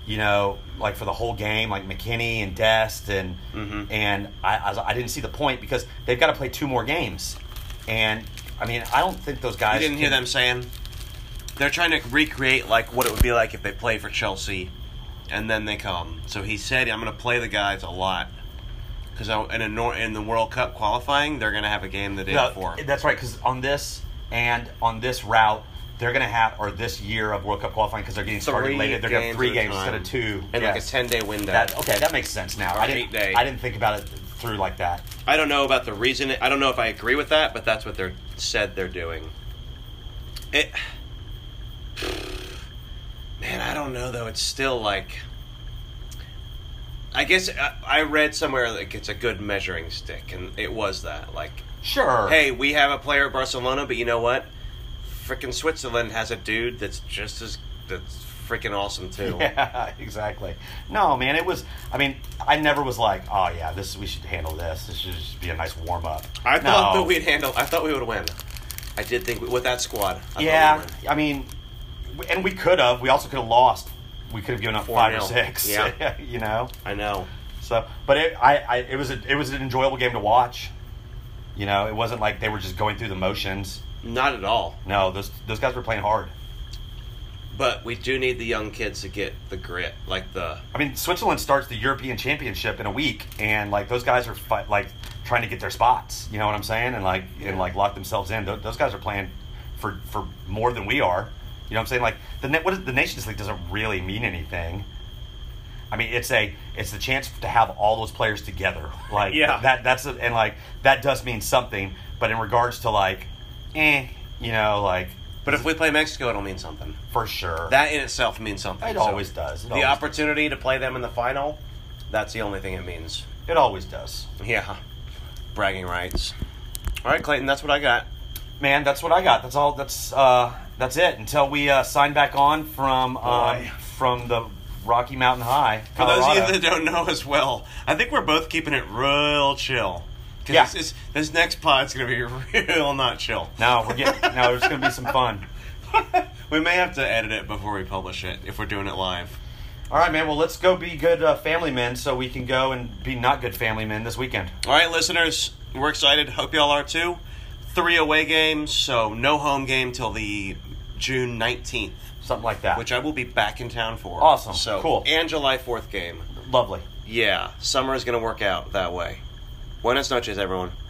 you know, like for the whole game, like McKinney and Dest and
Mhm.
and I, I was- I didn't see the point because they've got to play two more games, and I mean I don't think those guys
You didn't hear
can-
them saying they're trying to recreate like what it would be like if they play for Chelsea, and then they come. So he said, "I'm going to play the guys a lot because in a nor- in the World Cup qualifying, they're going to have a game the day
No,
before."
That's right, because on this and on this route, they're going to have, or this year of World Cup qualifying, because they're getting started later, they're going to have three
at a
games instead
time.
of two.
in like a
Yes.
ten day window.
that, okay, that makes sense now.
Or
I
eight
didn't,
day.
I didn't think about it through like that.
I don't know about the reason. I don't know if I agree with that, but that's what they're said they're doing. It, man, I don't know though. It's still like, I guess I, I read somewhere like it's a good measuring stick, and it was that like,
Sure.
hey, we have a player at Barcelona, but you know what? Freaking Switzerland has a dude that's just as that's freaking awesome too.
[laughs] Yeah, exactly. No, man, it was. I mean, I never was like, oh yeah, this we should handle this. This should just be a nice warm up.
I thought that we'd handle. I thought we would win. I did think we, with that squad. I thought we'd
Yeah,
win.
I mean, w- and we could have. We also could have lost. We could have given up
Four
five or
nil.
six.
Yeah.
[laughs] you know.
I know.
So, but it, I, I, it was a, it was an enjoyable game to watch. You know, it wasn't like they were just going through the motions.
Not at all.
No, those those guys were playing hard.
But we do need the young kids to get the grit, like the
I mean, Switzerland starts the European Championship in a week, and like those guys are fi- like trying to get their spots. You know what I'm saying? And like and like lock themselves in. Those, those guys are playing for for more than we are. You know what I'm saying? Like the net, what is, the Nations League doesn't really mean anything. I mean, it's a it's the chance to have all those players together. Like
Yeah.
that that's a, and like that does mean something. But in regards to like, eh, you know, like
But if we play Mexico, it'll mean something.
for sure
That in itself means something.
it always does. It
The
always,
opportunity to play them in the final, that's the only thing it means.
it always does.
Yeah. Bragging rights. All right, Clayton, that's what I got.
man, that's what I got. That's all. That's uh, that's it until we uh, sign back on from um,
Boy.
from the Rocky Mountain High.
For those of you
Colorado.
that don't know as well, I think we're both keeping it real chill. 'Cause
Yeah.
This, is, this next pod's going to be [laughs] real not chill.
no, we're getting no. There's gonna be some fun.
we may have to edit it before we publish it if we're doing it live.
[laughs] All right, man. Well, let's go be good uh, family men, so we can go and be not good family men this weekend.
All right, listeners, we're excited. Hope y'all are too. Three away games, so no home game till the June nineteenth,
Something like that.
which I will be back in town for.
Awesome.
so
Cool.
And July fourth game.
lovely.
Yeah, summer is gonna work out that way. Buenas noches, everyone.